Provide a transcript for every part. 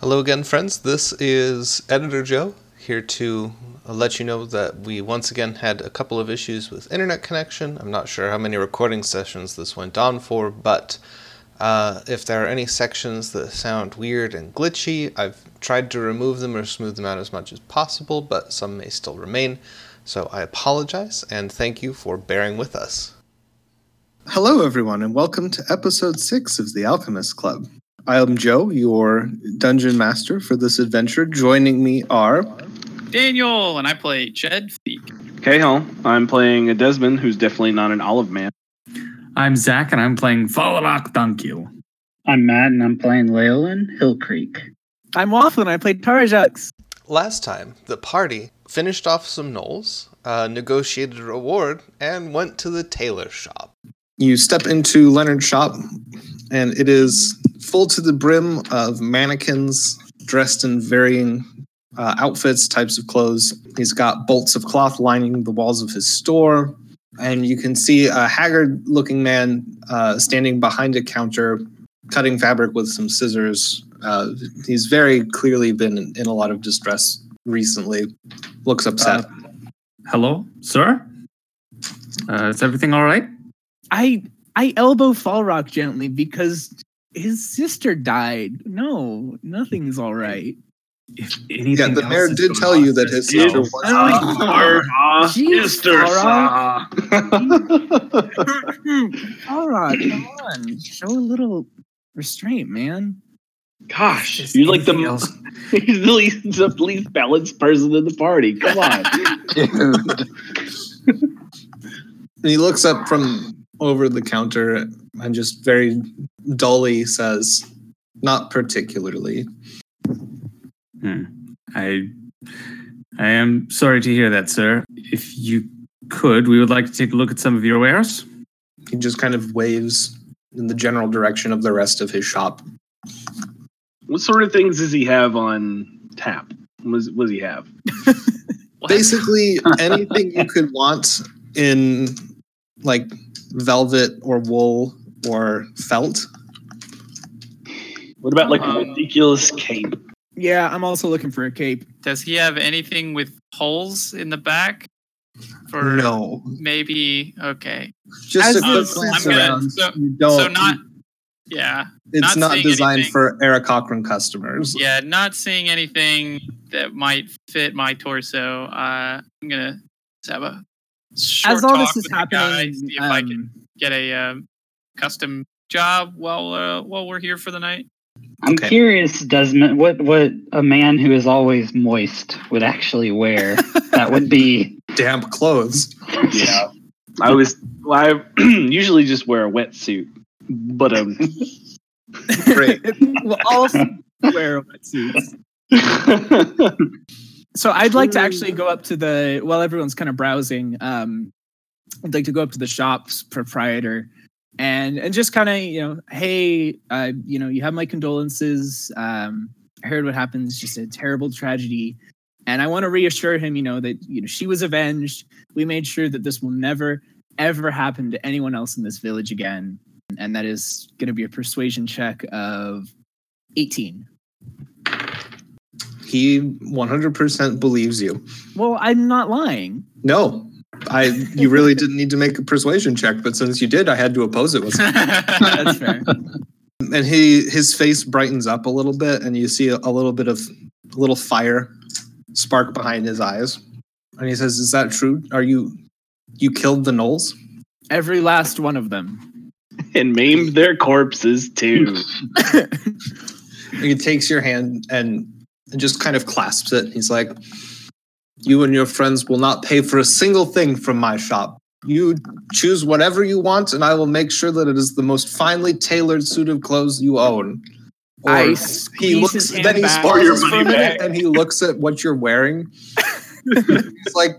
Hello again, friends. This is Editor Joe here to let you know that we once again had a couple of issues with internet connection. I'm not sure how many recording sessions this went on for, but uh, if there are any sections that sound weird and glitchy, I've tried to remove them or smooth them out as much as possible, but some may still remain. So I apologize and thank you for bearing with us. Hello, everyone, and welcome to episode six of The Alchemist Club. I'm Joe, your dungeon master for this adventure. Joining me are Daniel, and I play Jed Feek. Cahill. I'm playing a Desmond who's definitely not an olive man. I'm Zach, and I'm playing Fallock Dunkil. I'm Matt, and I'm playing Leolin Hill Creek. I'm Waffle, and I played Tarajux. Last time, the party finished off some knolls, uh, negotiated a reward, and went to the tailor shop. you step into Leonard's shop, and it is full to the brim of mannequins dressed in varying uh, outfits, types of clothes. He's got bolts of cloth lining the walls of his store, and you can see a haggard looking man uh, standing behind a counter cutting fabric with some scissors. Uh, he's very clearly been in, in a lot of distress recently, looks Uh, upset. Hello, sir. Uh, is everything all right? I I elbow Falrock gently because his sister died. No, nothing's all right. If anything yeah, the else mayor is did going tell on, you that his there's sister no- was. Oh, jeez, Falrock. Falrock, come on, show a little restraint, man. Gosh, Is you're like the anything else- you're the least, the least balanced person in the party. Come on. And he looks up from over the counter and just very dully says, Not particularly. Hmm. I I am sorry to hear that, sir. If you could, we would like to take a look at some of your wares. He just kind of waves in the general direction of the rest of his shop. what sort of things does he have on tap? What does, what does he have? Basically, anything you could want in like velvet or wool or felt. What about like a Uh, Um, ridiculous cape? Yeah, I'm also looking for a cape. Does he have anything with holes in the back? For No, maybe okay. just As a quick is- glance I'm gonna- around. so- you don't. so not yeah. it's not not, seeing designed anything. for Eric Cochran customers. Yeah, not seeing anything that might fit my torso. Uh, I'm gonna just have a short As all talk this is with the guy, happening, see if I can um, get a um, custom job while uh, while we're here for the night. I'm Okay. curious, Desmond, what what a man who is always moist would actually wear. that would be. Damp clothes. Yeah. I was well, I usually just wear a wetsuit, but um Great. we'll all wear wetsuits. So I'd like to actually go up to the while everyone's kind of browsing. Um, I'd like to go up to the shop's proprietor and and just kind of you know, hey, uh, you know, you have my condolences. Um, I heard what happened. It's just a terrible tragedy, and I want to reassure him, you know, that you know she was avenged. We made sure that this will never ever happen to anyone else in this village again, and that is going to be a persuasion check of eighteen. He 100% believes you. Well, I'm not lying. No, I you really didn't need to make a persuasion check, but since you did, I had to oppose it. With That's fair. and he his face brightens up a little bit, and you see a, a little bit of a little fire spark behind his eyes, and he says, "Is that true? Are you you killed the Knolls?" Every last one of them. and maimed their corpses too. And he takes your hand and, and just kind of clasps it. He's like, "You and your friends will not pay for a single thing from my shop." You choose whatever you want, and I will make sure that it is the most finely tailored suit of clothes you own. Or- I he squeeze looks his hand then he back. Or your pauses for a money minute back. and he looks at what you're wearing it's like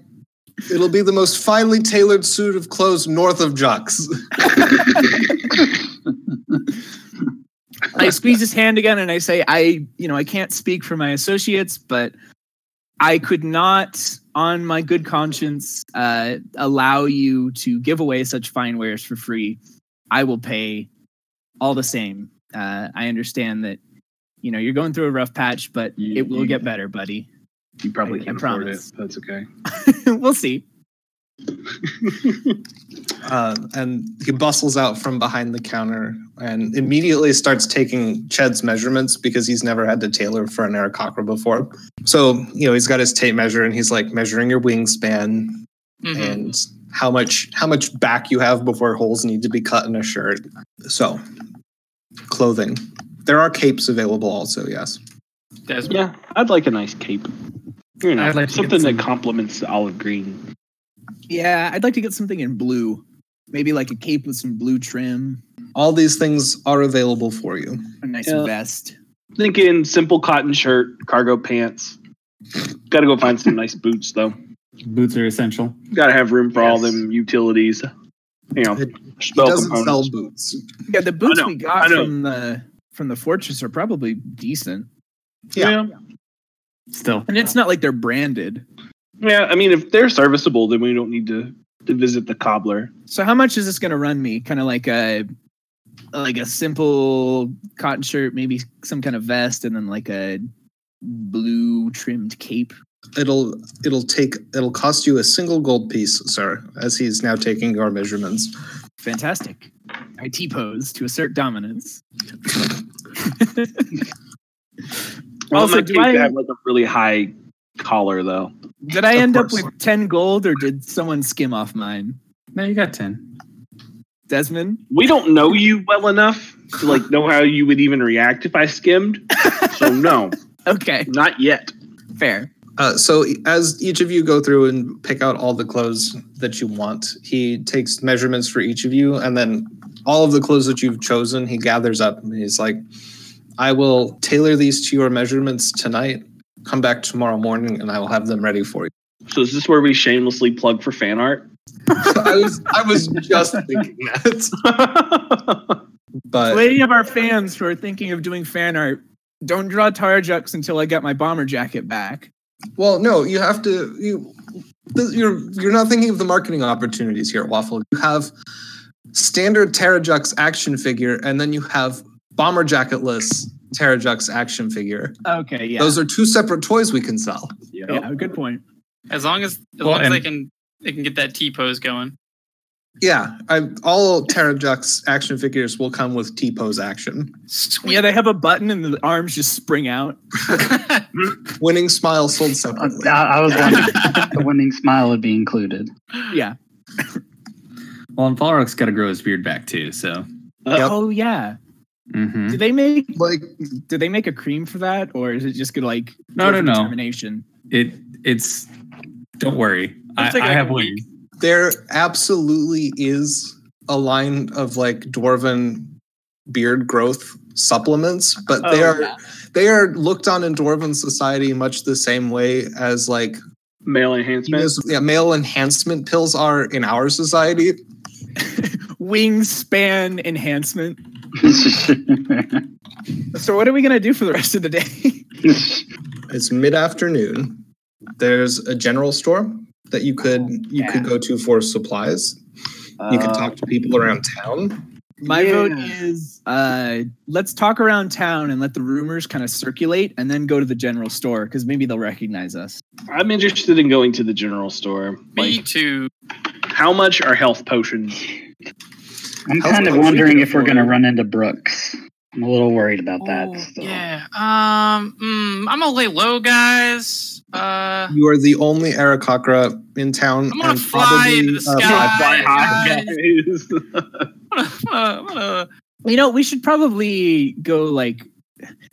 it'll be the most finely tailored suit of clothes north of jocks I squeeze his hand again and I say, I, you know, I can't speak for my associates, but I could not, on my good conscience, uh, allow you to give away such fine wares for free. I will pay all the same. Uh, I understand that you know, you're going through a rough patch, but You- it will you- get better, buddy. You probably I- I can't afford it. promise. but That's okay. we'll see. Uh, and he bustles out from behind the counter and immediately starts taking Ched's measurements because he's never had to tailor for an Aircocker before. So, you know, he's got his tape measure and he's like measuring your wingspan Mhm. and how much how much back you have before holes need to be cut in a shirt. So, clothing. There are capes available also, yes. Desmond. Yeah, I'd like a nice cape. You know, I'd like to get something some- that complements the olive green. Yeah, I'd like to get something in blue. Maybe like a cape with some blue trim, All these things are available for you. a nice Yeah. vest. Thinking simple cotton shirt, cargo pants. Got to go find some nice boots though. Boots are essential. Got to have room for all Yes. them utilities. You know, It- He spell doesn't sell components. boots. Yeah, the boots know, we I got know. from the from the fortress are probably decent. Yeah. Still, And it's not like they're branded. yeah, yeah. I mean, if they're serviceable, then we don't need to to visit the cobbler. So how much is this gonna run me? Kind of like a like a simple cotton shirt, maybe some kind of vest, and then like a blue trimmed cape. It'll it'll take it'll cost you a single gold piece, sir, as he's now taking your measurements. Fantastic. I T pose to assert dominance. Well, Also, my do cape I- had, like a really high collar though. Did I Of end up course. with ten gold, or did someone skim off mine? no, you got ten. Desmond, We don't know you well enough to like know how you would even react if I skimmed. So no, Okay, not yet. fair. Uh, so as each of you go through and pick out all the clothes that you want, he takes measurements for each of you, and then all of the clothes that you've chosen, he gathers up and he's like, "I will tailor these to your measurements tonight. Come back tomorrow morning, and I will have them ready for you." So is this where we shamelessly plug for fan art? I was I was just thinking that, Uh, To but any of our fans who are thinking of doing fan art, don't draw Tarjux until I get my bomber jacket back. well, no, you have to you. th- You're you're not thinking of the marketing opportunities here at Waffle. You have standard Terrajux action figure, and then you have bomber jacketless Terrajux action figure. Okay, yeah, Those are two separate toys we can sell. Oh. yeah, good point. As long as as Well, long as and- they can they can get that T pose going. Yeah, I, all Terrajux action figures will come with T pose action. Sweet. Yeah, they have a button and the arms just spring out. Winning Smile sold I, separately. I was wondering if the winning smile would be included. Yeah. Well, and Falrock's got to grow his beard back too. So, Uh, Yep. Oh yeah. mm-hmm. Do they make Like do they make a cream for that, or is it just good like No, no, no. determination? it it's. Don't worry, I, take I like have a wings. week. there absolutely is a line of like dwarven beard growth supplements but they Oh, are they are looked on in dwarven society much the same way as like Male enhancement. penis- yeah, male enhancement pills are in our society Wingspan enhancement. So what are we gonna do for the rest of the day? it's mid-afternoon there's a general store that you could Oh, you could go to for supplies you could talk Oh. to people around town My Yeah. vote is uh, let's talk around town and let the rumors kind of circulate, and then go to the general store because maybe they'll recognize us. I'm interested in going to the general store. Me Like, too. how much are health potions? I'm How's kind of my wondering freaking if we're going to afford- run into Brooks. I'm a little worried about that. Oh, Ooh, Oh. still. Yeah. Um. mm, I'm gonna lay low, guys. Uh. you are the only Arakakra in town I'm gonna and fly probably into the uh, sky. Fly high, guys. guys. I'm gonna, I'm gonna- You know, we should probably go like.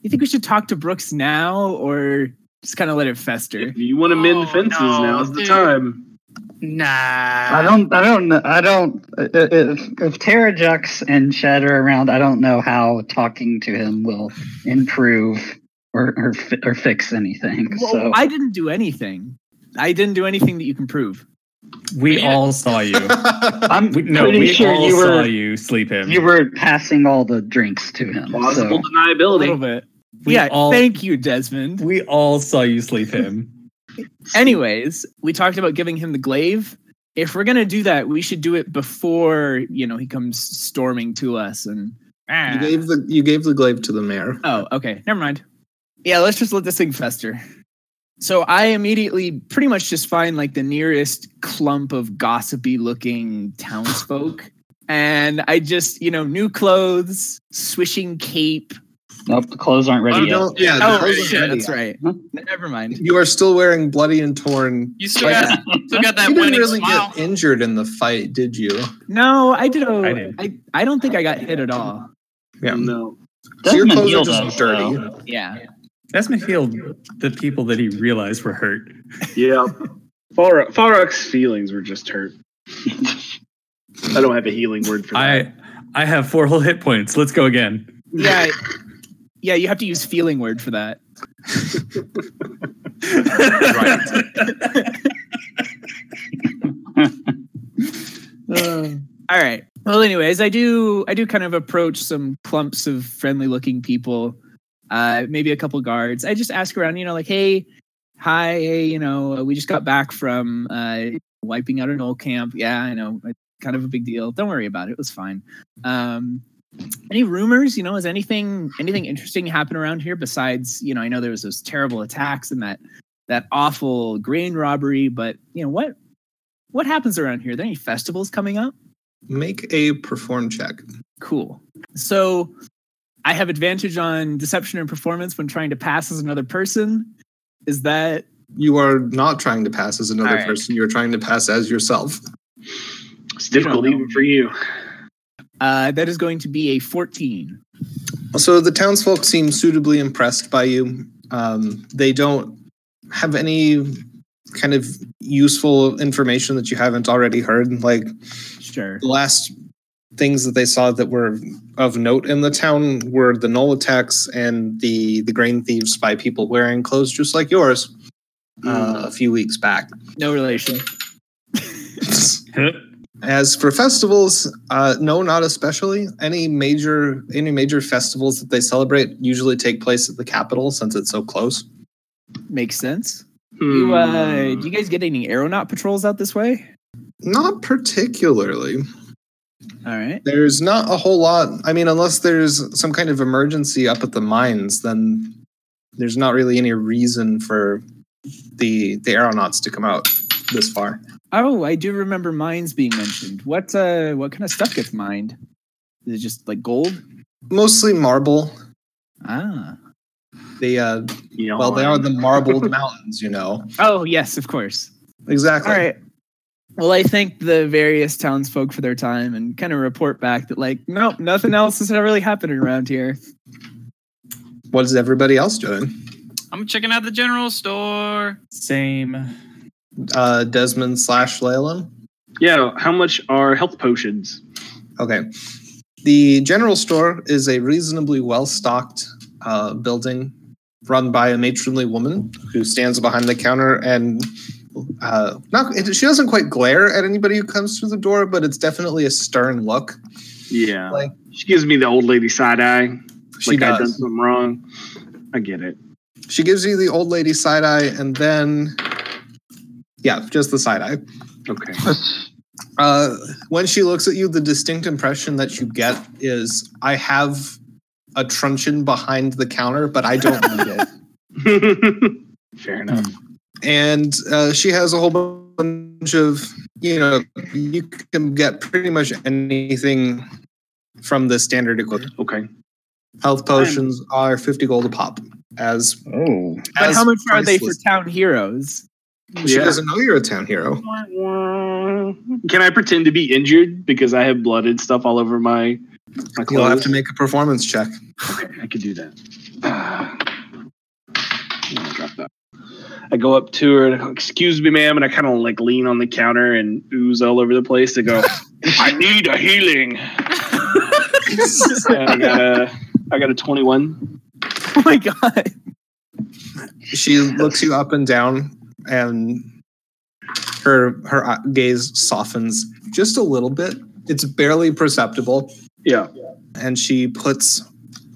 You think we should talk to Brooks now, or just kind of let it fester? if you want to Oh, mend fences, no, now's the dude. time. nah. I don't, I don't, know, I don't. i- i- If, if Terrajux and Shed are around, I don't know how talking to him will improve or or, fi- or fix anything. Well, so I didn't do anything. I didn't do anything that you can prove. We Yeah. all saw you. I'm We, no, pretty we sure all you saw were you sleep him. you were passing all the drinks to him. Plausible So A little deniability. bit. We yeah. all- Thank you, Desmond. we all saw you sleep him. Anyways, we talked about giving him the glaive. If we're gonna do that, we should do it before you know he comes storming to us and Ah. You gave the you gave the glaive to the mayor. Oh, okay. Never mind. Yeah, let's just let this thing fester. So I immediately pretty much just find like the nearest clump of gossipy looking townsfolk. And I just, you know, new clothes, swishing cape. Nope, the clothes aren't ready Oh, yet. No, yeah, the Oh, clothes are Hmm? shit, ready. that's right. Huh? Never mind. You are still wearing bloody and torn. You still got, still got that you didn't winning really smile. get injured in the fight, did you? No, I did. I I, did. I, I don't think I got hit at all. Yeah. No. So your clothes are Desmond healed just us, dirty. though. Yeah. Desmond healed the people that he realized were hurt. Yeah. Farok, Farok's feelings were just hurt. I don't have a healing word for that. I I have four whole hit points. Let's go again. Yeah. Yeah, you have to use feeling word for that. Mm. All right. Well, anyways, I do I do kind of approach some clumps of friendly looking people, uh, maybe a couple guards. I just ask around, you know, like, hey, hi, hey, you know, uh, we just got back from uh, wiping out an old camp. Yeah, I know, it's kind of a big deal. Don't worry about it. It was fine. Um, any rumors? You know, is anything anything interesting happen around here besides? You know, I know there was those terrible attacks and that that awful grain robbery, but you know what what happens around here? Are there any festivals coming up? Make a perform check. Cool. So I have advantage on deception and performance when trying to pass as another person. Is that You are not trying to pass as another All right. person. You're trying to pass as yourself. it's difficult You don't know. even for you. uh, that is going to be a 14? So the townsfolk seem suitably impressed by you. Um, they don't have any kind of useful information that you haven't already heard. Like Sure. the last things that they saw that were of note in the town were the null attacks and the the grain thieves by people wearing clothes just like yours uh, a few weeks back. No relation. As for festivals, uh, no, not especially. Any major any major festivals that they celebrate usually take place at the capital since it's so close. Makes sense. You, uh, Hmm. do you guys get any aeronaut patrols out this way? Not particularly. All right. There's not a whole lot. I mean, unless there's some kind of emergency up at the mines, then there's not really any reason for the the aeronauts to come out this far. Oh, I do remember mines being mentioned. What uh, what kind of stuff gets mined? Is it just like gold? Mostly marble. Ah. They uh, Yawn. well, they are the marbled mountains, you know. Oh, yes, of course. Exactly. All right. Well, I thank the various townsfolk for their time and kind of report back that, like, nope, nothing else is really happening around here. What is everybody else doing? I'm checking out the general store. Same. Uh, Desmond slash Leyland. Yeah, how much are health potions? Okay. The general store is a reasonably well stocked uh, building run by a matronly woman who stands behind the counter and uh, not it, she doesn't quite glare at anybody who comes through the door, but it's definitely a stern look. Yeah. Like- she gives me the old lady side eye. She Like I've done does. something wrong. I get it. uh, She gives you the old lady side eye, and then yeah, just the side eye. Okay. Uh, when she looks at you, the distinct impression that you get is I have a truncheon behind the counter, but I don't need it. Fair enough. Hmm. and uh, she has a whole bunch of you know you can get pretty much anything from the standard equipment Okay. health potions are 50 gold a pop as Oh, But as how much are they for priceless. town heroes? she Yeah. doesn't know you're a town hero Can I pretend to be injured because I have blood and stuff all over my my clothes? you'll have to make a performance check Okay, I could do that. Ah. I'm gonna drop that. I go up to her and I go, excuse me, ma'am, and I kind of like lean on the counter and ooze all over the place to go. I need a healing. And I got a, I got a twenty-one. Oh my god. she looks you up and down and her her eye- gaze softens just a little bit it's barely perceptible Yeah. and she puts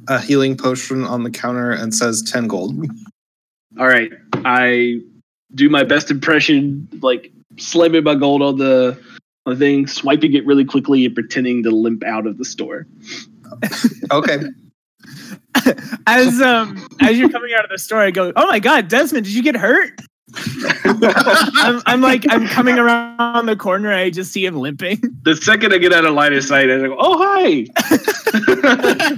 a healing potion on the counter and says 10 gold. All right. I do my best impression, like slamming my gold on the, on the thing, swiping it really quickly, and pretending to limp out of the store. Okay. as um as you're coming out of the store, I go, "Oh my God, Desmond, did you get hurt?" I'm, I'm like, I'm coming around the corner. I just see him limping. The second I get out of line of sight, I go, "Oh hi!"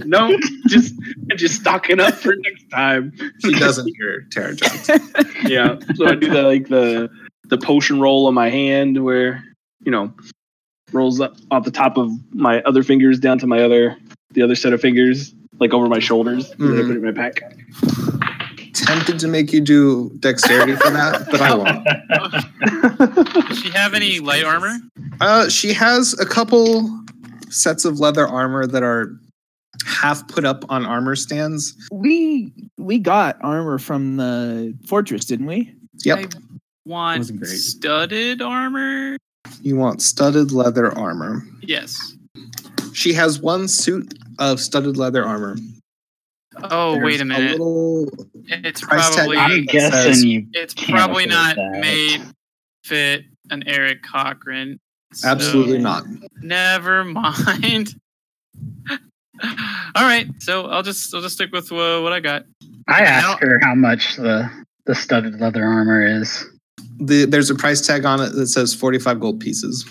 no, just just stocking up for next time. She doesn't hear Tara Jones. Yeah, so I do the like the the potion roll on my hand, where you know rolls up off the top of my other fingers down to my other the other set of fingers, like over my shoulders. and then I Mhm. put it in my pack. Tempted to make you do dexterity for that, but I won't. Does she have any light armor? Uh, she has a couple sets of leather armor that are half put up on armor stands. We we got armor from the fortress, didn't we? Yep. I want Wasn't great. studded armor. You want studded leather armor. Yes. She has one suit of studded leather armor. Oh wait There's a minute. little it's price tag probably on I'm it that guessing says- you. it's can't probably not afford that. made fit an Eric Cochran. so- Absolutely not. Never mind. All right, so I'll just I'll just stick with uh, what I got. I asked her how much the the studded leather armor is. The, there's a price tag on it that says 45 gold pieces.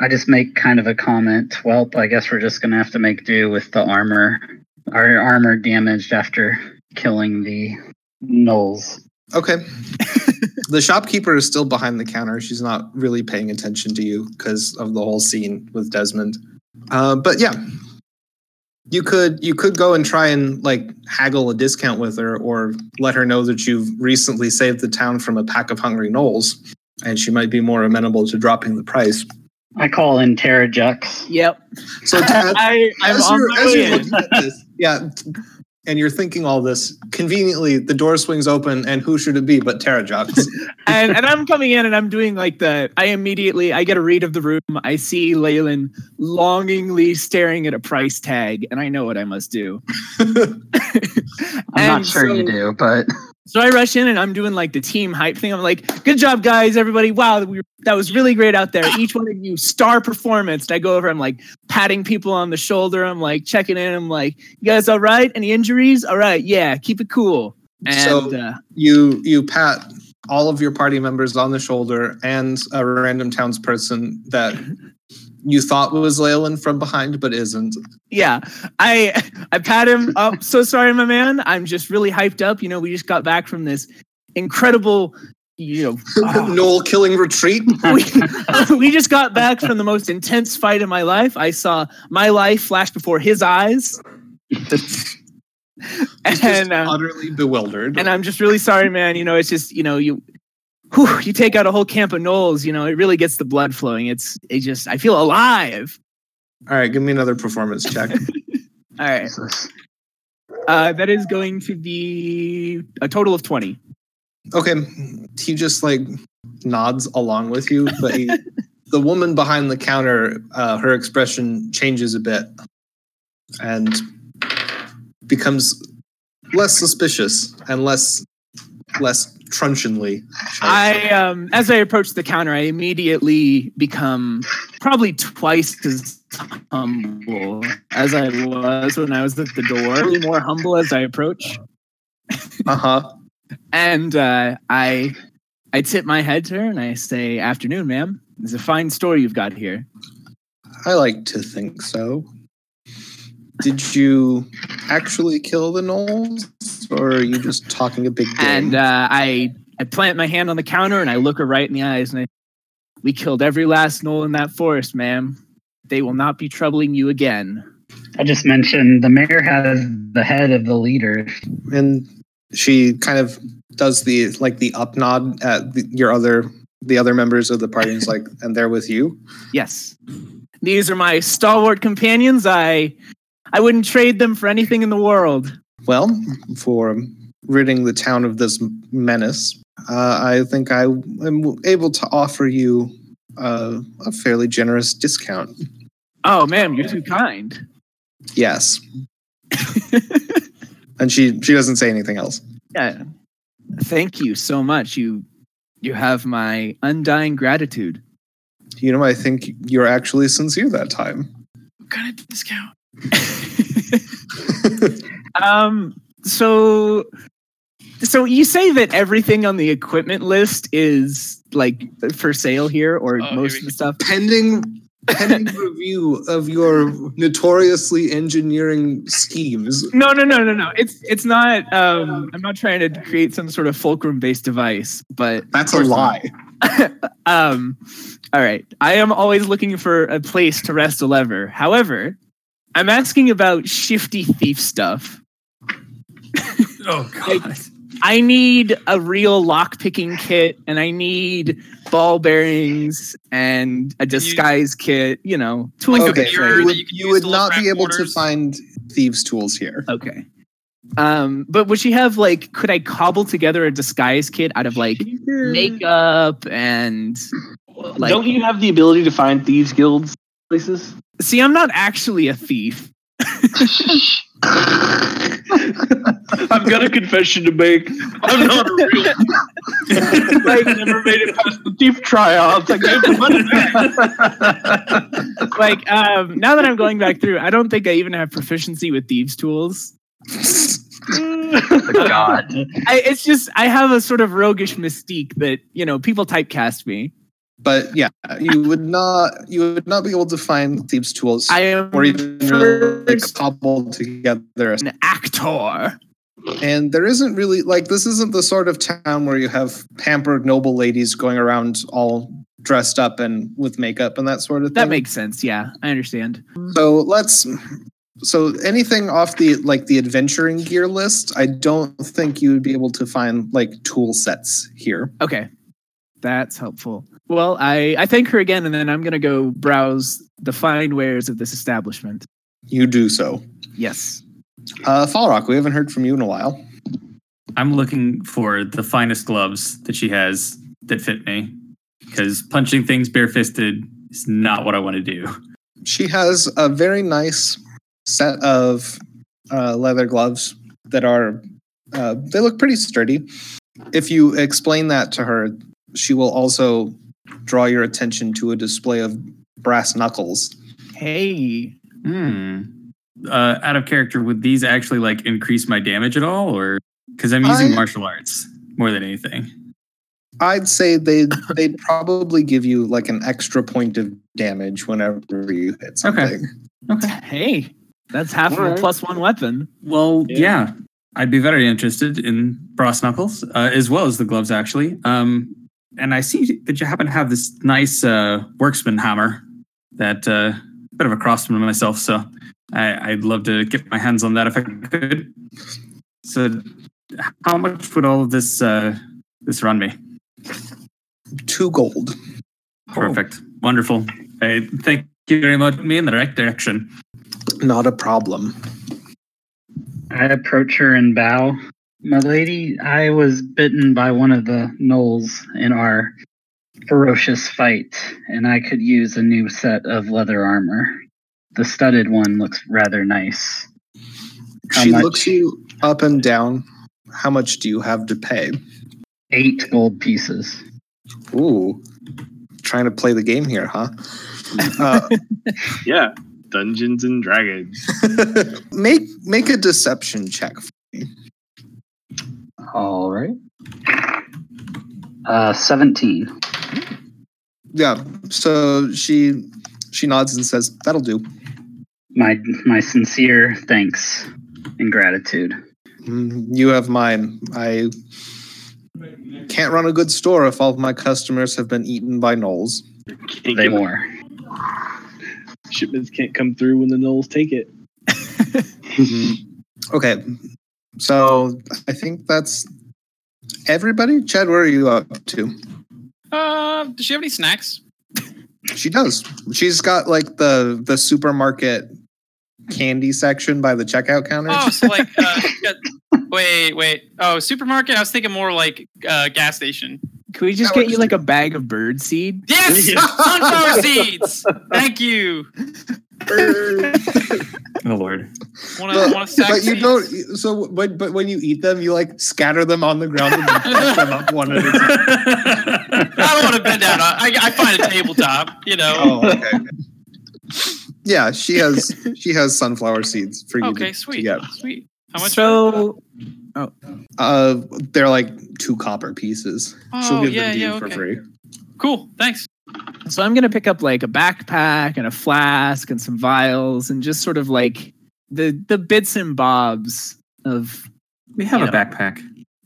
I just make kind of a comment. Well, I guess we're just gonna have to make do with the armor. Our armor damaged after killing the gnolls. Okay. the shopkeeper is still behind the counter. She's not really paying attention to you because of the whole scene with Desmond. Uh, but yeah, you could you could go and try and like haggle a discount with her, or let her know that you've recently saved the town from a pack of hungry gnolls, and she might be more amenable to dropping the price. I call in Terra Jux. Yep. So Tad, I I'm as on you're, my as way you're in. looking at this, yeah, and you're thinking all this, conveniently the door swings open, and who should it be but Tara Jocks? and, and I'm coming in and I'm doing like the I immediately I get a read of the room. I see Leyland longingly staring at a price tag, and I know what I must do. I'm And not sure you so- do, but So I rush in and I'm doing like the team hype thing. I'm like, "Good job, guys! Everybody, wow, we, that was really great out there. Each one of you, star performance." And I go over. I'm like patting people on the shoulder. I'm like checking in. I'm like, "You guys, all right? Any injuries? All right, yeah, keep it cool." And So- uh, you you pat all of your party members on the shoulder and a random townsperson that you thought was Leyland from behind but isn't. yeah i i pat him up so sorry my man i'm just really hyped up you know we just got back from this incredible you know ah, Noel killing retreat. we, we just got back from the most intense fight of my life i saw my life flash before his eyes Just and uh, utterly bewildered. and i'm just really sorry man you know it's just you know you whew, you take out a whole camp of knolls you know it really gets the blood flowing it's it just i feel alive uh, all right, give me another performance check. all right Jesus. uh, that is going to be a total of 20 Okay, he just like nods along with you, but he, the woman behind the counter, uh, her expression changes a bit and becomes less suspicious and less less truncheonly. shall we I um as I approach the counter, I immediately become probably twice as humble as I was when I was at the door. More humble as I approach, Uh huh. and uh, I I tip my head to her and I say, "Afternoon, ma'am. It's a fine store you've got here." I like to think so. Did you actually kill the gnolls, or are you just talking a big game? And uh, I I plant my hand on the counter and I look her right in the eyes and I, we killed every last knoll in that forest, ma'am. They will not be troubling you again. I just mentioned the mayor has the head of the leader. and she kind of does the like the up nod at the, your other the other members of the party and is like and they're with you Yes. These are my stalwart companions. I I wouldn't trade them for anything in the world. well for ridding the town of this menace uh, i think i am able to offer you uh, a fairly generous discount Oh, ma'am, you're too kind. yes and she she doesn't say anything else Yeah. Thank you so much. You you have my undying gratitude. you know i think you're actually sincere that time What kind of discount? um. So, so you say that everything on the equipment list is like for sale here, or Oh, here most we of go. the stuff. pending pending review of your notoriously engineering schemes. No, no, no, no, no. It's it's not. Um, I'm not trying to create some sort of fulcrum-based device, but That's a lie. um, all right. I am always looking for a place to rest a lever. However, I'm asking about shifty thief stuff. Oh God! I need a real lock picking kit and I need ball bearings and a disguise kit, you know, tools. Like a okay, mirror you that would, you can you use would to not track be able to orders. find thieves' tools here. Okay. Um, but would she have like could I cobble together a disguise kit out of like makeup and like- Don't you have the ability to find thieves guilds places? see I'm not actually a thief. I've got a confession to make. I'm not a real. I never made it past the thief tryouts. I gave the money back. Like um now that I'm going back through, I don't think I even have proficiency with thieves tools. God. I, it's just I have a sort of roguish mystique that you know people typecast me. But yeah, you would not you would not be able to find thieves' tools I am or even uh, really first cobbled together. an actor. And there isn't really like this isn't the sort of town where you have pampered noble ladies going around all dressed up and with makeup and that sort of thing. That makes sense. Yeah, I understand. So let's. So anything off the like the adventuring gear list, I don't think you would be able to find like tool sets here. Okay, that's helpful. Well, I I thank her again, and then I'm gonna go browse the fine wares of this establishment. You do so. Yes. Uh, Falrock, we haven't heard from you in a while. I'm looking for the finest gloves that she has that fit me, because punching things barefisted is not what I want to do. She has a very nice set of uh, leather gloves that are uh, they look pretty sturdy. If you explain that to her, she will also draw your attention to a display of brass knuckles. Hey, Hmm. Uh, out of character, would these actually like increase my damage at all, or because I'm using I- martial arts more than anything? I'd say they they'd probably give you like an extra point of damage whenever you hit something. Okay. hey, that's half of a Alright. plus one weapon. Well, Yeah. yeah. I'd be very interested in brass knuckles uh, as well as the gloves, actually. Um, and I see that you happen to have this nice uh, worksman hammer that uh, bit of a craftsman myself, so I, I'd love to get my hands on that if I could. So, how much would all of this uh, this run me? Two gold. Perfect. Wonderful. Hey, thank you very much. Me in the right direction. Not a problem. I approach her and bow. My lady, I was bitten by one of the gnolls in our ferocious fight, and I could use a new set of leather armor. The studded one looks rather nice. How she much? looks you up and down. How much do you have to pay? Eight gold pieces. Ooh. Trying to play the game here, huh? Uh, Yeah, Dungeons and Dragons. make make a deception check. All right. Uh, 17. Yeah. So she she nods and says, "That'll do." My my sincere thanks and gratitude. Mm, You have mine. I can't run a good store if all of my customers have been eaten by gnolls. Can't They get- more. shipments can't come through when the Knolls take it. Okay. So I think that's everybody. Chad, where are you up to? Uh, does she have any snacks? She does. She's got like the the supermarket candy section by the checkout counter. Oh, so like, uh, she got- wait, wait. Oh, supermarket. I was thinking more like uh, gas station. Could we just That get you like a bag of bird seed? Yes, sunflower seeds. Thank you. Oh, Lord. Want to want But, to sack but you seeds? don't. So, but but when you eat them, you like scatter them on the ground and pick them up one at a time. I don't want to bend down. I, I find a tabletop. You know. Oh, okay. Yeah, she has she has sunflower seeds for you. Okay, to, sweet. Yeah, Sweet. How much? So uh, they're like two copper pieces. them oh, yeah, to yeah, you for okay. free. Cool. Thanks. so I'm gonna pick up like a backpack and a flask and some vials and just sort of like the the bits and bobs of We have You a know. backpack.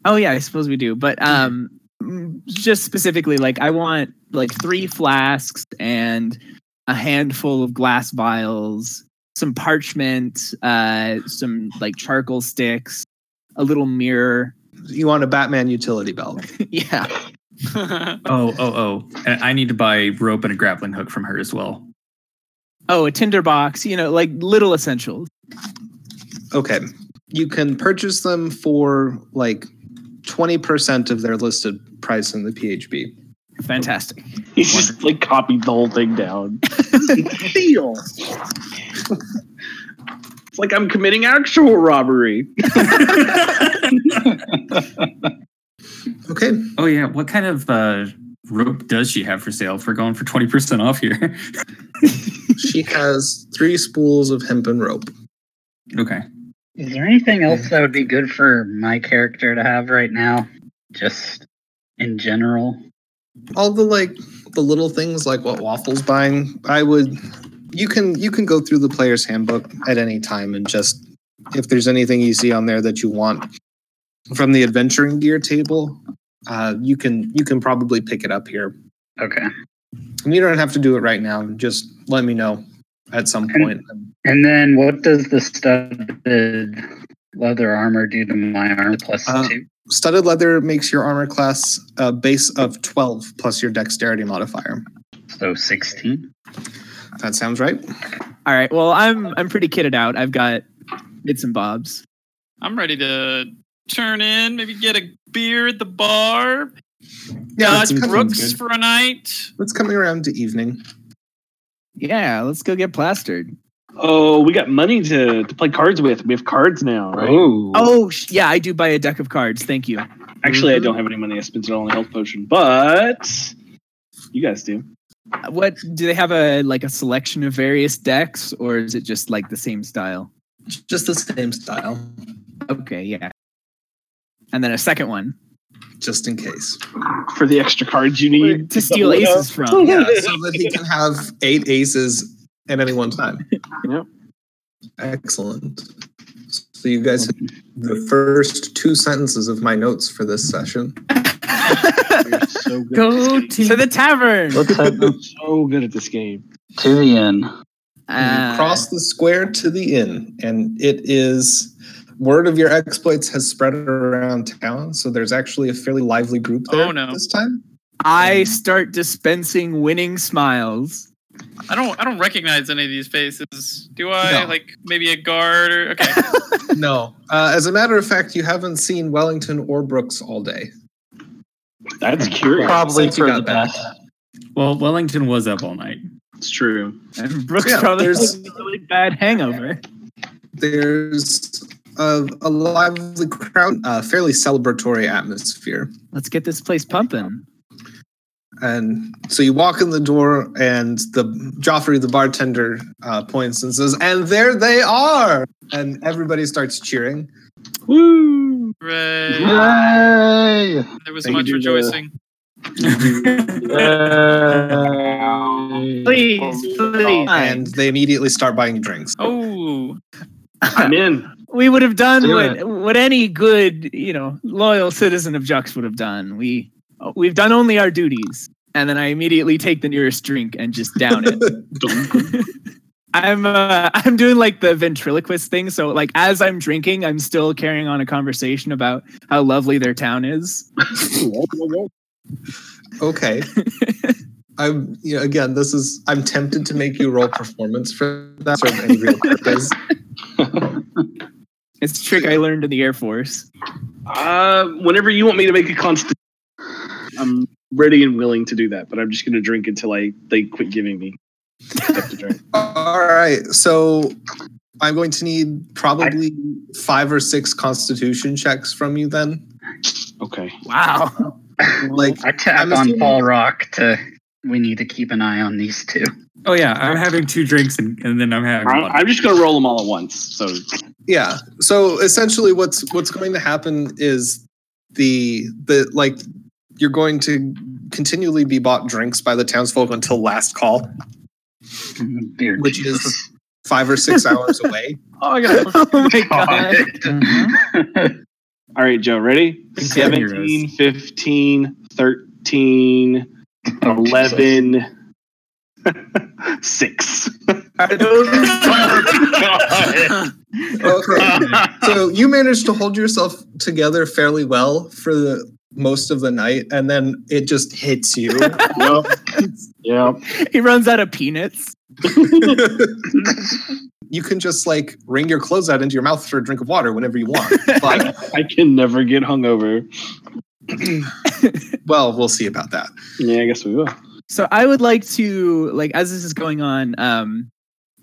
Oh yeah, I suppose we do. But um mm, just specifically like I want like three flasks and a handful of glass vials, some parchment, uh some like charcoal sticks, a little mirror. You want a Batman utility belt? yeah. Oh, oh, oh. And I need to buy rope and a grappling hook from her as well. Oh, a tinder box, you know, like little essentials. Okay, you can purchase them for like twenty percent of their listed price in the PHB. Fantastic. He's just like copied the whole thing down. Deal. It's like I'm committing actual robbery. Okay, Oh, yeah. What kind of uh, rope does she have for sale for going for 20% off here? she has three spools of hempen rope. okay. Is there anything else that would be good for my character to have right now? Just in general? all the like the little things like what waffles buying i would you can you can go through the player's handbook at any time and just if there's anything you see on there that you want from the adventuring gear table uh, you can you can probably pick it up here Okay. and you don't have to do it right now just let me know at some point And then what does the studded leather armor do to my armor plus Uh, two? studded leather makes your armor class a base of 12 plus your dexterity modifier So 16? that sounds right All right. Well, I'm I'm pretty kitted out. I've got bits and bobs. I'm ready to turn in, maybe get a beer at the bar, it's dodge coming- Brooks for a night. it's coming around to evening Yeah, let's go get plastered. Oh, we got money to, to play cards with. We have cards now, right? Oh. Oh, sh- yeah, I do buy a deck of cards. Thank you. Uh, Actually, Mm-hmm. I don't have any money. I spent it all on a health potion, but you guys do. what do they have a like a selection of various decks or is it just like the same style just the same style okay yeah and then a second one just in case For the extra cards you Where- need to steal double it up. aces from yeah, so that he can have eight aces at any one time. Yep. Excellent. So you guys, have the first two sentences of my notes for this session. You're so good. Go to. to the tavern Let's head You're so good at this game. to the inn. you Uh, cross the square to the inn, and it is word of your exploits has spread around town. So there's actually a fairly lively group there Oh, no. this time. i start dispensing winning smiles I don't I don't recognize any of these faces. Do I? No. Like maybe a guard or okay. no, uh, as a matter of fact, you haven't seen Wellington or Brooks all day. That's curious. Probably for the Well, Wellington was up all night. It's true. and brooks Yeah, probably there's- has a really bad hangover there's a, a lively crowd, a fairly celebratory atmosphere. let's get this place pumping And so you walk in the door, and the Joffrey, the bartender, uh, points and says, "And there they are!" And everybody starts cheering. Woo! Right. Yay! There was They much do the- rejoicing. please please And they immediately start buying drinks. Oh, I'm in. we would have done Do what, what any good you know loyal citizen of jux would have done we we've done only our duties and then i immediately take the nearest drink and just down it i'm uh, i'm doing like the ventriloquist thing so like as i'm drinking i'm still carrying on a conversation about how lovely their town is Okay. I'm you know, again. This is. I'm tempted to make you roll performance for that. Sort of any real purpose. it's a trick i learned in the air force Uh, whenever you want me to make a constant, I'm ready and willing to do that. But I'm just gonna drink until I they quit giving me stuff to drink. All right. So I'm going to need probably five or six constitution checks from you then. Okay. wow Like I tap I'm on assuming- Fall Rock to. We need to keep an eye on these two. Oh yeah, I'm having two drinks and, and then I'm having. I'm, one. I'm just gonna roll them all at once. So Yeah. So essentially, what's what's going to happen is the the like you're going to continually be bought drinks by the townsfolk until last call, Beer which cheese. is five or six hours away. Oh, I got oh my God. Mm-hmm. all right, Joe, ready? Big fan of yours. 17, 15, 13, Oh, Oh, 11, 6. Okay. so you managed to hold yourself together fairly well for the most of the night, and then it just hits you. Yep. Yep. he runs out of peanuts. you can just like wring your clothes out into your mouth for a drink of water whenever you want. But I can never get hungover. well, we'll see about that. Yeah, I guess we will. So I would like to like as this is going on, um,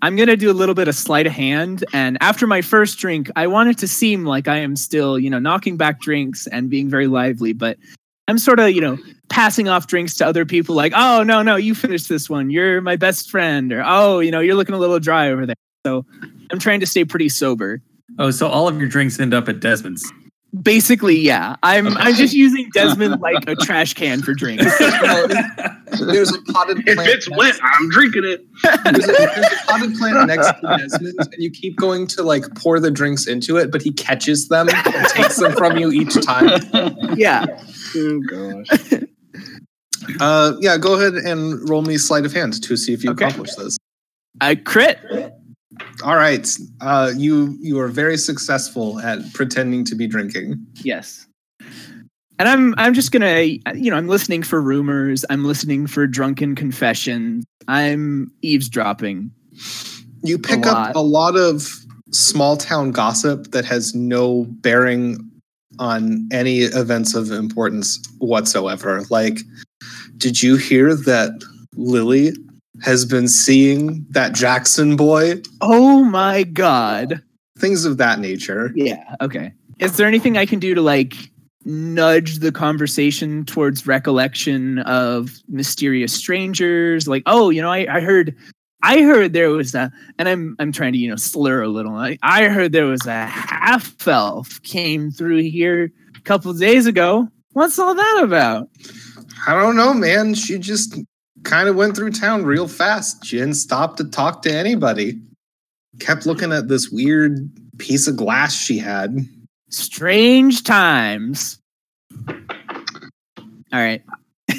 I'm gonna do a little bit of sleight of hand. And after my first drink, I want it to seem like I am still, you know, knocking back drinks and being very lively, but I'm sort of, you know, passing off drinks to other people like, oh no, no, you finished this one. You're my best friend, or oh, you know, you're looking a little dry over there. So I'm trying to stay pretty sober. Oh, so all of your drinks end up at Desmond's. Basically, yeah. I'm I'm just using Desmond like a trash can for drinks. There's a potted If plant. it's next- wet, I'm drinking it. There's a, there's a potted plant next to Desmond, and you keep going to like pour the drinks into it, but he catches them and takes them from you each time. yeah. Oh gosh. Uh, yeah, go ahead and roll me sleight of hand to see if you Okay. accomplish this. I crit. All right, uh, you you are very successful at pretending to be drinking. Yes. And I'm I'm just gonna you know I'm listening for rumors. I'm listening for drunken confessions. I'm eavesdropping. You pick up lot. a lot of small town gossip that has no bearing on any events of importance whatsoever. Like, did you hear that Lily has been seeing that Jackson boy? Oh my god. Things of that nature. Yeah. Okay. Is there anything I can do to like nudge the conversation towards recollection of mysterious strangers? Like, oh, you know, I, I heard I heard there was a and I'm I'm trying to, you know, slur a little. I, I heard there was a half elf came through here a couple days ago. What's all that about? I don't know, man. She just kind of went through town real fast. She didn't stop to talk to anybody. Kept looking at this weird piece of glass she had. Strange times. All right.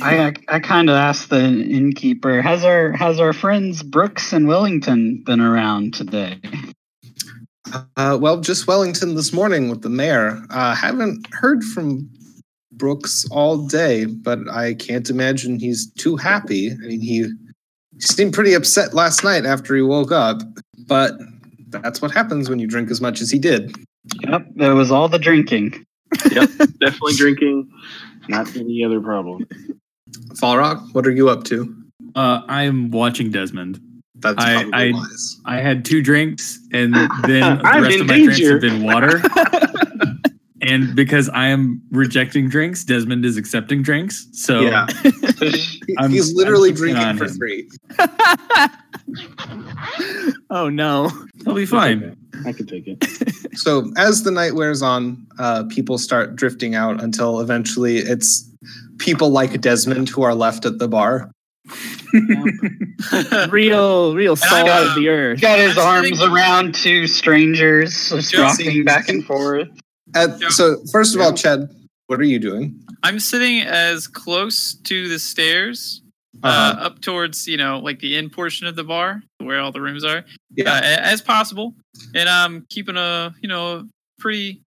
I I kind of asked the innkeeper, "Has our has our friends Brooks and Wellington been around today?" Uh, well, just Wellington this morning with the mayor. Uh, haven't heard from Brooks all day, but I can't imagine he's too happy. I mean, he seemed pretty upset last night after he woke up, but that's what happens when you drink as much as he did. Yep, it was all the drinking. Definitely drinking. Not any other problem. Fall Rock, what are you up to? Uh, I'm watching Desmond. That's I- probably I- wise. I had two drinks, and then the I'm rest in of my drinks danger. have been water. and because I am rejecting drinks, Desmond is accepting drinks. So yeah, He- I'm- he's literally I'm keeping an eye drinking on for him. three. oh no. I'll be fine. I can take it. So as the night wears on, uh, people start drifting out until eventually it's people like Desmond who are left at the bar. Real real salt out of the He earth. got his arms around two strangers, Oh, just rocking back and forth. At, Yeah. Uh, So first of all, Chad, what are you doing? I'm sitting as close to the stairs, uh, Uh-huh. Uh, up towards you know like the end portion of the bar where all the rooms are, Yeah. uh, a- as possible, and I'm keeping a you know pretty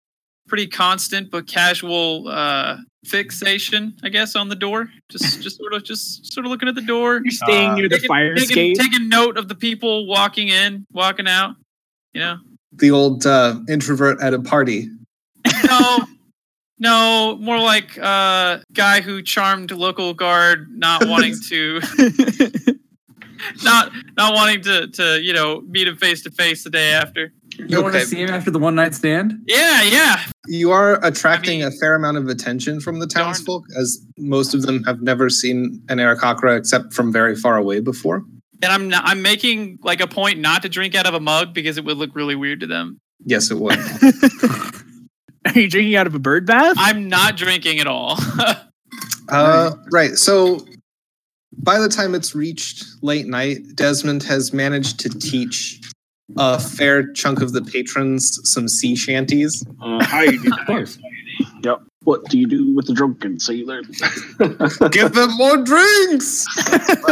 pretty constant but casual uh, fixation, I guess, on the door. Just just sort of just sort of looking at the door, You're staying near the taking- fire taking, escape. taking note of the people walking in, walking out. You know, the old uh, introvert at a party. no, no, more like uh, guy who charmed local guard, not wanting to, not not wanting to, to you know meet him face to face the day after. You don't want Okay. to see him after the one night stand? Yeah, yeah, You are attracting I a fair amount of attention from the Darn. townsfolk, as most of them have never seen an Arakakra except from very far away before. And I'm not, I'm making like a point not to drink out of a mug because it would look really weird to them. Yes, it would. Are you drinking out of a bird bath? I'm not drinking at all. Uh, right. So by the time it's reached late night, Desmond has managed to teach a fair chunk of the patrons some sea shanties. Uh, how you do that? course. Yep. What do you do with the drunken sailor? Give them more drinks.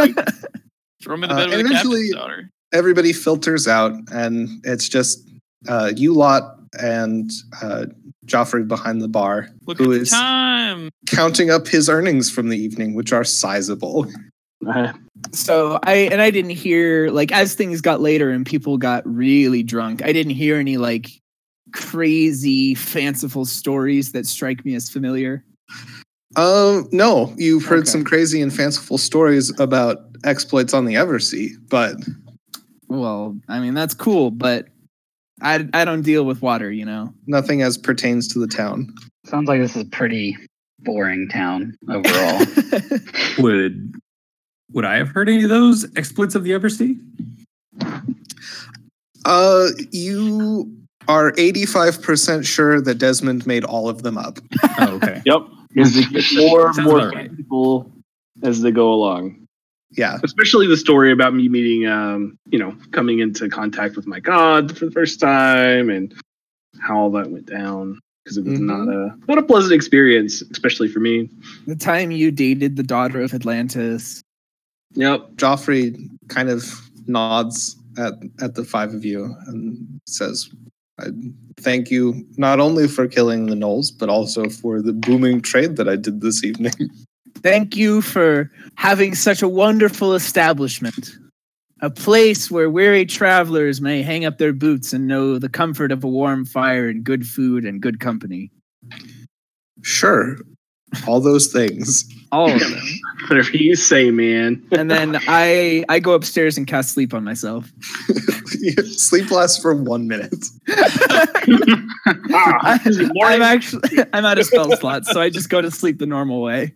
Throw him in the Uh, bed with a eventually- captain's daughter. Everybody filters out, and it's just uh, you lot and uh, Joffrey behind the bar, Look at who the is time. counting up his earnings from the evening, which are sizable. Uh, So I and I didn't hear like as things got later and people got really drunk. I didn't hear any like crazy fanciful stories that strike me as familiar. Um, no, you've heard Okay. some crazy and fanciful stories about exploits on the Eversea, but Well, I mean that's cool, but I I don't deal with water, you know. nothing as pertains to the town. Sounds like this is a pretty boring town overall. Would would I have heard any of those exploits of the Eversea? Uh, you are 85% sure that Desmond made all of them up. Oh, okay. yep. Is they get more and Sounds more about right. people as they go along. Yeah. Especially the story about me meeting, um, you know, coming into contact with my God for the first time and how all that went down because it was Mhm. not a not a pleasant experience, especially for me. the time you dated the daughter of Atlantis. Yep. Joffrey kind of nods at, at the five of you and says, I thank you not only for killing the Knolls, but also for the booming trade that I did this evening. Thank you for having such a wonderful establishment. A place where weary travelers may hang up their boots and know the comfort of a warm fire and good food and good company. sure. All those things. All of them. Whatever you say, man. And then I I go upstairs and cast sleep on myself. Sleep lasts for one minute. Ah, is it I'm morning? actually I'm out of spell slots, so I just go to sleep the normal way.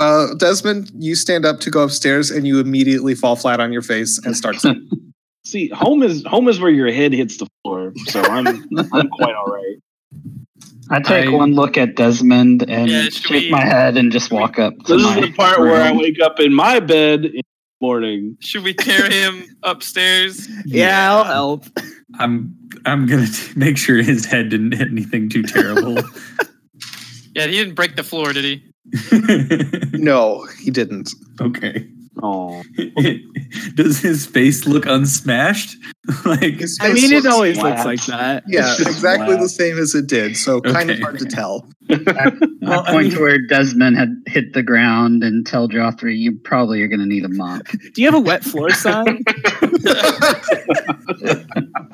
Uh, Desmond, you stand up to go upstairs and you immediately fall flat on your face and start sleeping. See, home is home is where your head hits the floor, so I'm I'm quite all right. I take I- one look at Desmond and Yeah, should shake we- my head and just walk up. To This is my the part where I room. wake up in my bed in the morning. Should we carry him upstairs? Yeah, I'll help. I'm I'm gonna t- make sure his head didn't hit anything too terrible. Yeah, he didn't break the floor, did he? No, he didn't. okay. Oh, Does his face look unsmashed? like His I face mean it looks- always flat. looks like that. Yeah, It's just exactly flat. the same as it did. So kind of Okay. hard to tell. well, I I point mean- to where Desmond had hit the ground and tell Joffrey, "You probably are going to need a mop." Do you have a wet floor sign?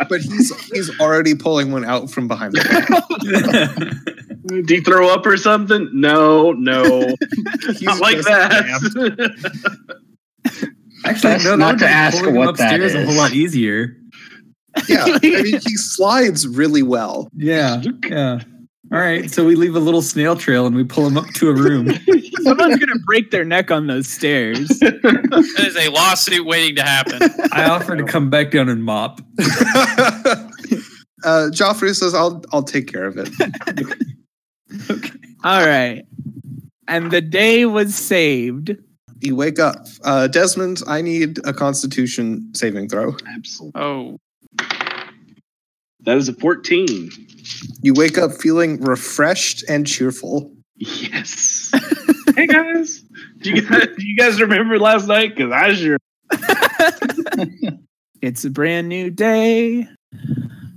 But he's he's already pulling one out from behind the back. do you throw up or something? No, no, He's not like just jammed. that. actually That's no, not that'd to make ask pulling him what that upstairs a whole is. lot easier. Yeah, I mean he slides really well. Yeah. Yeah. All right, so we leave a little snail trail and we pull him up to a room. Someone's gonna break their neck on those stairs. That is a lawsuit waiting to happen. I offer to come back down and mop. Uh, Joffrey says, "I'll I'll take care of it." All right. And the day was saved. You wake up, uh, Desmond. I need a Constitution saving throw. Absolutely. Oh, That is a fourteen. You wake up feeling refreshed and cheerful. Yes. hey guys, do you guys do you guys remember last night? Because I sure It's a brand new day.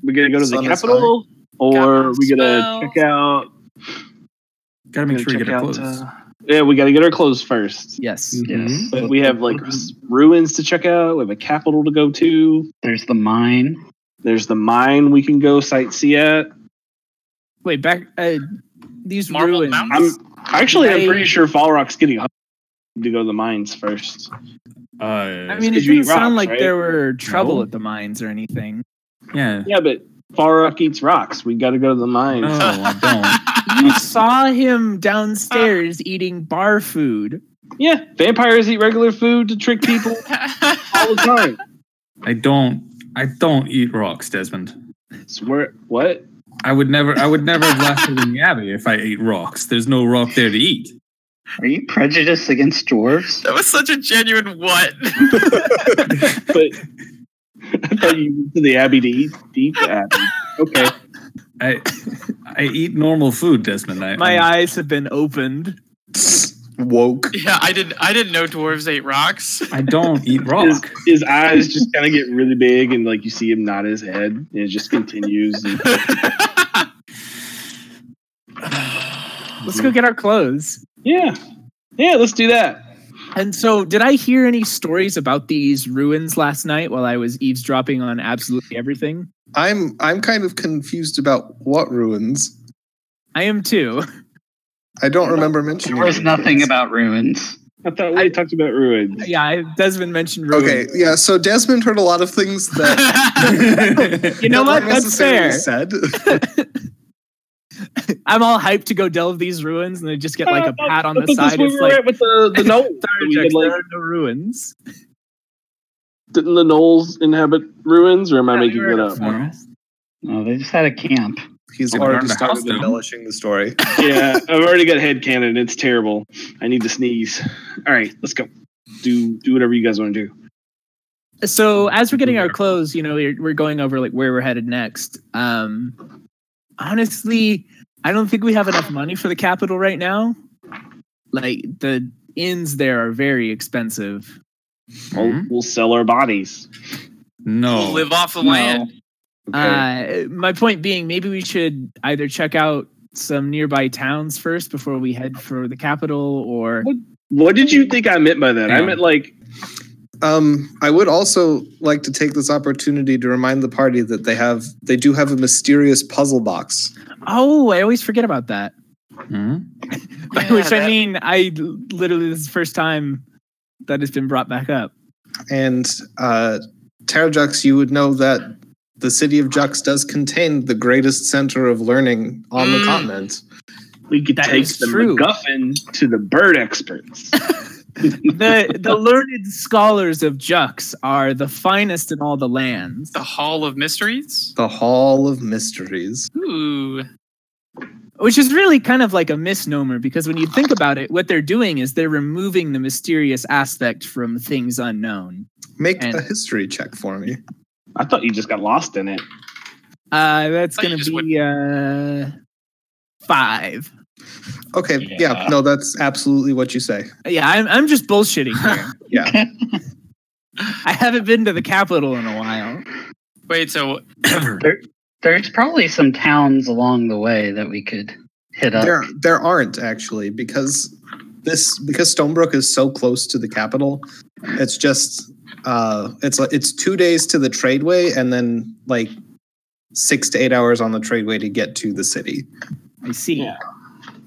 we gonna go to the Sun is Capitol, or Capital we gonna spell. check out. Gotta make gonna sure we check get our out, clothes. uh, yeah, we gotta get our clothes first. Yes. Yes, But we have like s- Mm-hmm. ruins to check out. We have a capital to go to. there's the mine. There's the mine we can go sightsee at. Wait, back. Uh, these Marble ruins. I'm Mountains? actually I'm I- pretty sure Fall Rock's getting hungry to go to the mines first. Uh, I mean, it Because you didn't eat sound rocks, like right? there were trouble No. at the mines or anything. yeah. Yeah, but Fall Rock eats rocks. We got to go to the mines. Uh-huh. Oh, I You saw him downstairs eating bar food. Yeah, vampires eat regular food to trick people all the time. I don't. I don't eat rocks, Desmond. Swear what? I would never. I would never have lasted in the abbey if I ate rocks. There's no rock there to eat. Are you prejudiced against dwarves? that was such a genuine what? But I thought you went to the abbey to eat, to eat the abbey. Okay, I. I eat normal food, Desmond. I, My I'm- eyes have been opened. Woke. yeah, I didn't. I didn't know dwarves ate rocks. I don't eat his, rock. his eyes just kind of get really big, and like you see him nod his head, and it just continues. And, Let's go get our clothes. yeah, yeah, let's do that. And so, did I hear any stories about these ruins last night while I was eavesdropping on absolutely everything? I'm I'm kind of confused about what ruins. I am too. I don't remember mentioning. There was any nothing ruins. about ruins. I thought we talked about ruins. Yeah, I, Desmond mentioned ruins. Okay, yeah. So Desmond heard a lot of things that You know that what? weren't That's necessarily fair. Said. I'm all hyped to go delve these ruins, and they just get like a pat on I the thought that's side. Uh, where It's we were like at with the the gnolls. We "Projects, had, like, there are no ruins. didn't the gnolls inhabit ruins, or am I Yeah, making we were it at a up? forest. No, Oh, they just had a camp. He's They burned already the house started down. embellishing the story. yeah, I've already got headcanon. It's terrible. I need to sneeze. All right, let's go. Do do whatever you guys want to do. so as we're getting our clothes you know we're, we're going over like where we're headed next um honestly i don't think we have enough money for the capital right now like the inns there are very expensive We'll, we'll sell our bodies. No. Live off the No. land. uh my point being maybe we should either check out some nearby towns first before we head for the capital or What did you think I meant by that? I Yeah. meant like Um, I would also like to take this opportunity to remind the party that they have they do have a mysterious puzzle box. oh i always forget about that Hmm? Yeah, which i that- mean i literally this is the first time that has been brought back up And uh, Terrajux, you would know that the city of Jux does contain the greatest center of learning on Mm. the continent. we could That take is the true. MacGuffin to the bird experts. the the learned scholars of Jux are the finest in all the lands. The Hall of Mysteries. The Hall of Mysteries. Ooh. Which is really kind of like a misnomer because when you think about it, what they're doing is they're removing the mysterious aspect from things unknown. Make And- a history check for me. I thought you just got lost in it. Uh, that's Thought you gonna just be uh, five. Okay, yeah, Yeah. no, that's absolutely what you say. Yeah, I'm I'm just bullshitting here. Yeah. I haven't been to the capital in a while. Wait. So Ever. There's probably some towns along the way that we could hit up. There there aren't actually because this because Stonebrook is so close to the capital. It's just uh it's like it's 2 days to the tradeway and then like 6 to 8 hours on the tradeway to get to the city. I see. Yeah.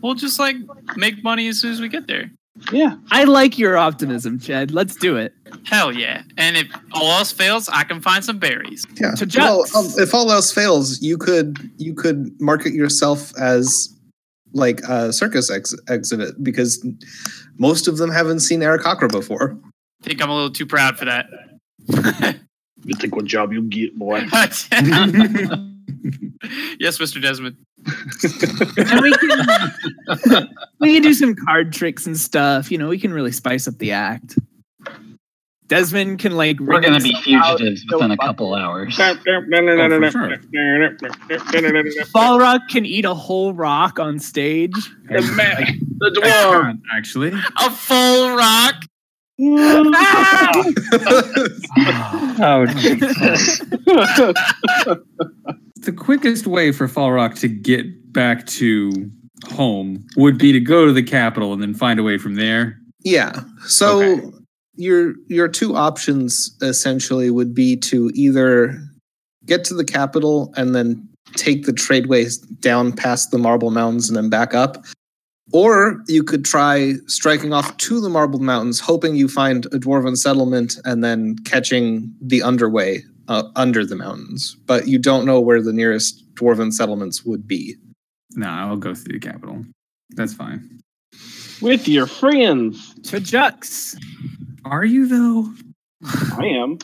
we'll just like make money as soon as we get there. Yeah. I like your optimism, Chad. Let's do it. Hell yeah! And if all else fails, I can find some berries. Yeah. To Jux. Well, um, if all else fails, you could you could market yourself as like a circus ex- exhibit because most of them haven't seen Arakakra before. Think I'm a little too proud for that. You think what job you get, boy? yes, Mr. Desmond. and we can we can do some card tricks and stuff. You know, we can really spice up the act. Desmond can like We're rig going to us be out, fugitives so within a fuck- couple hours. Oh, for sure. Balrog can eat a whole rock on stage. The man, the I dwarf. can't, actually. A full rock. Ah! Oh, Jesus. The quickest way for Fall Rock to get back to home would be to go to the capital and then find a way from there. Yeah. So Okay. your your two options essentially would be to either get to the capital and then take the tradeways down past the Marble Mountains and then back up. Or you could try striking off to the Marble Mountains, hoping you find a dwarven settlement and then catching the underway uh, under the mountains. But you don't know where the nearest dwarven settlements would be. No, I'll go through the capital. That's fine. with your friends. To Jux. Are you though? I am.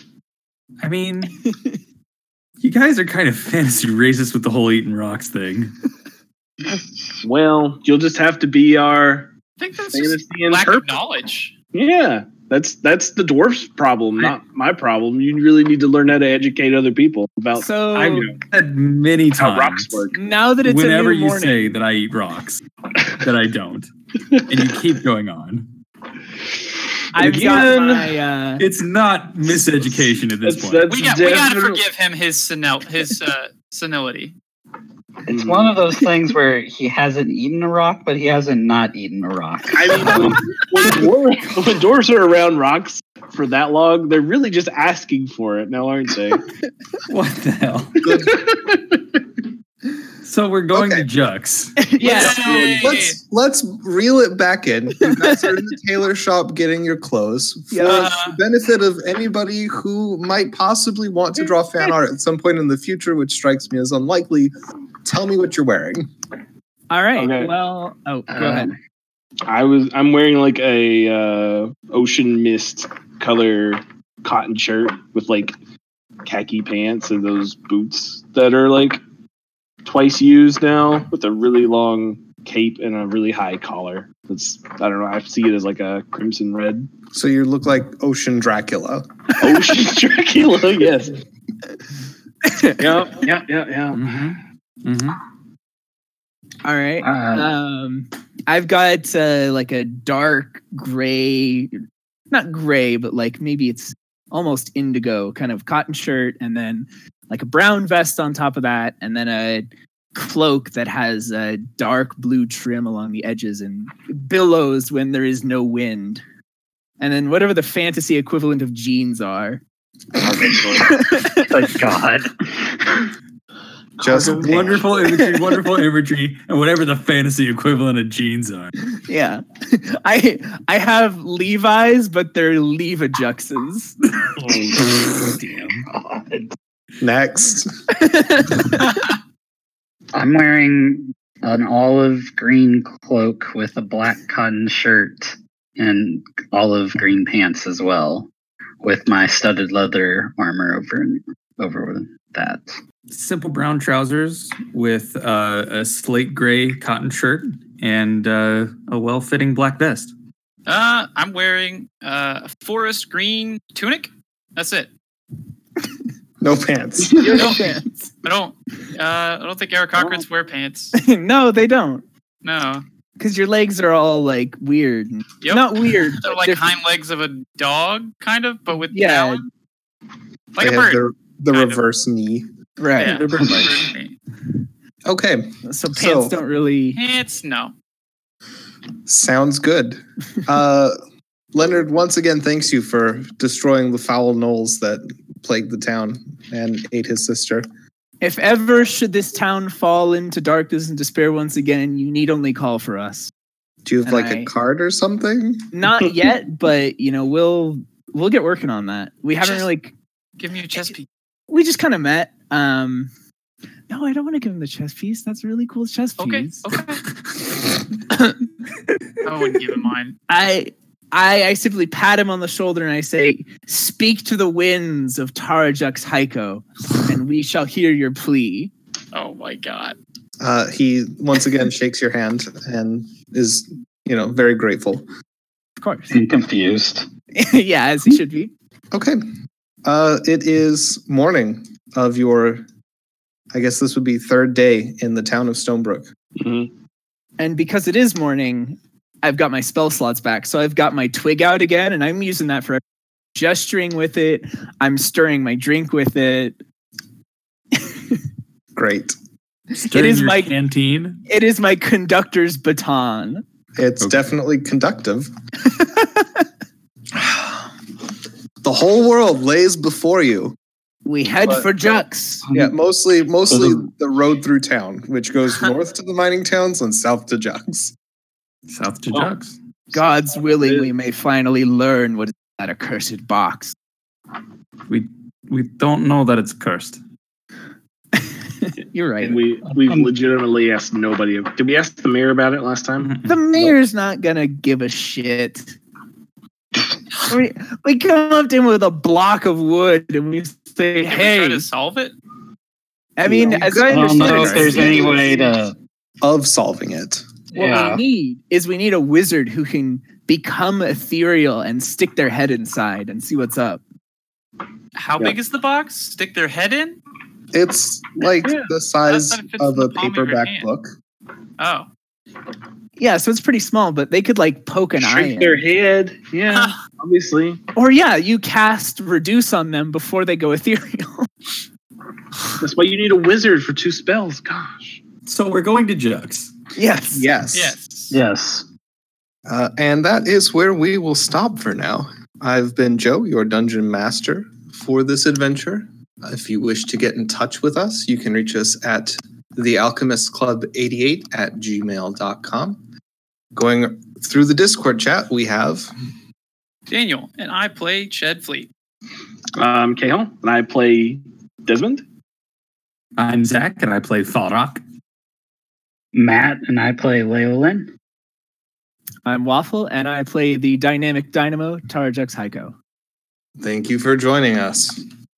I mean, you guys are kind of fantasy racist with the whole eating rocks thing. Well, you'll just have to be our I think that's just fantasy and lack purpose. of knowledge. Yeah, that's that's the dwarf's problem, not my problem. You really need to learn how to educate other people about So I know Said many times. how rocks work. now that it's whenever a new you morning, say that I eat rocks, that I don't, and you keep going on. I've Again. got my. Uh, It's not miseducation at this That's, point. that's We got we gotta definitely- forgive him his senil his uh, senility. It's one of those things where he hasn't eaten a rock, but he hasn't not eaten a rock. I mean, when, when, dwarf, when dwarves are around rocks for that long, they're really just asking for it now, aren't they? what the hell? so we're going Okay. to Jux. yeah. Yay. Let's let's reel it back in. You guys are in the tailor shop getting your clothes for Yeah. the benefit of anybody who might possibly want to draw fan art at some point in the future, which strikes me as unlikely. Tell me what you're wearing. All right. Okay. Well. Oh, go ahead. Um, I was I'm wearing like a uh, ocean mist color cotton shirt with like khaki pants and those boots that are like twice used now with a really long cape and a really high collar. It's I don't know, I see it as like a crimson red. So you look like Ocean Dracula. Ocean Dracula, yes. yeah, yeah, yeah, yeah. Mm-hmm. Mm-hmm. All right. uh, Um, I've got uh, like a dark gray, not gray, but like maybe it's almost indigo kind of cotton shirt, and then like a brown vest on top of that, and then a cloak that has a dark blue trim along the edges and billows when there is no wind. And then whatever the fantasy equivalent of jeans are. but God. Just Wonderful imagery, wonderful imagery, and whatever the fantasy equivalent of jeans are. Yeah. I I have Levi's, but they're Leva Juxes. God. next. I'm wearing an olive green cloak with a black cotton shirt and olive green pants as well, with my studded leather armor over over that. Simple brown trousers with uh, a slate gray cotton shirt and uh, a well-fitting black vest. Uh, I'm wearing uh, a forest green tunic. That's it. No pants. no pants. I don't. Uh, I don't think Eric Oh. Cochran's wear pants. no, they don't. No, Because your legs are all like weird. Yep. Not weird. they're but like different. hind legs of a dog, kind of, but with Yeah. talon. like they a have bird. the, the kind of. reverse knee. right. Yeah. They're bird legs. Okay, So pants So- don't really. Pants? No. sounds good. Uh, Leonard once again thanks you for destroying the foul gnolls that plagued the town and ate his sister. If ever should this town fall into darkness and despair once again, you need only call for us. Do you have And like I- a card or something? Not yet, but you know we'll we'll get working on that. We haven't Just- really. Give me a chest piece. We just kind of met. Um, no, I don't want to give him the chess piece. That's a really cool chess Okay. Oh. piece. Okay. I wouldn't give him mine. I I I simply pat him on the shoulder and I say, "Speak to the winds of Tarajux Haiko, and we shall hear your plea." Oh my god. Uh, he once again shakes your hand and is, you know, very grateful. Of course, I'm confused. yeah, as he should be. Okay. Uh, it is morning of your, I guess this would be third day in the town of Stonebrook. Mhm. And because it is morning, I've got my spell slots back, so I've got my twig out again, and I'm using that for gesturing with it. I'm stirring my drink with it. Great. Stirring is your my- canteen. It is my conductor's baton. It's Okay. definitely conductive. the whole world lays before you. We head But- for Jux. Yeah, mostly mostly Mm-hmm. the road through town, which goes north to the mining towns and south to Jux. South to Well, Jux. God's willing, we may finally learn what is in that accursed box. We don't know that it's cursed. You're right. And we we've legitimately asked nobody. Did we ask the mayor about it last time? the mayor's not gonna give a shit. we, we come up to him with a block of wood and we say, Can we try "Hey." to solve it? I mean, as I I don't understand, know if it, there's any way to. of solving it. What we Yeah. need is we need a wizard who can become ethereal and stick their head inside and see what's up. How Yeah. big is the box? Stick their head in? It's like Yeah. the size That's- that fits of in a the palm of your paperback hand. book. Oh. Yeah, so it's pretty small, but they could like poke an eye. Shrink in. their head. Yeah, obviously. Or yeah, you cast reduce on them before they go ethereal. That's why you need a wizard for two spells. Gosh. So we're going to Jux. yes. Yes. yes. Yes. Uh, and that is where we will stop for now. I've been Joe, your dungeon master for this adventure. If you wish to get in touch with us, you can reach us at the Alchemist Club 88 at gmail.com. Going through the Discord chat, we have Daniel and I play Ched Fleet. Um, Cahill and I play Desmond. I'm Zach, and I play Falrock. Matt and I play Leolin. I'm Waffle and I play the dynamic dynamo Tarajux Heiko. thank you for joining us.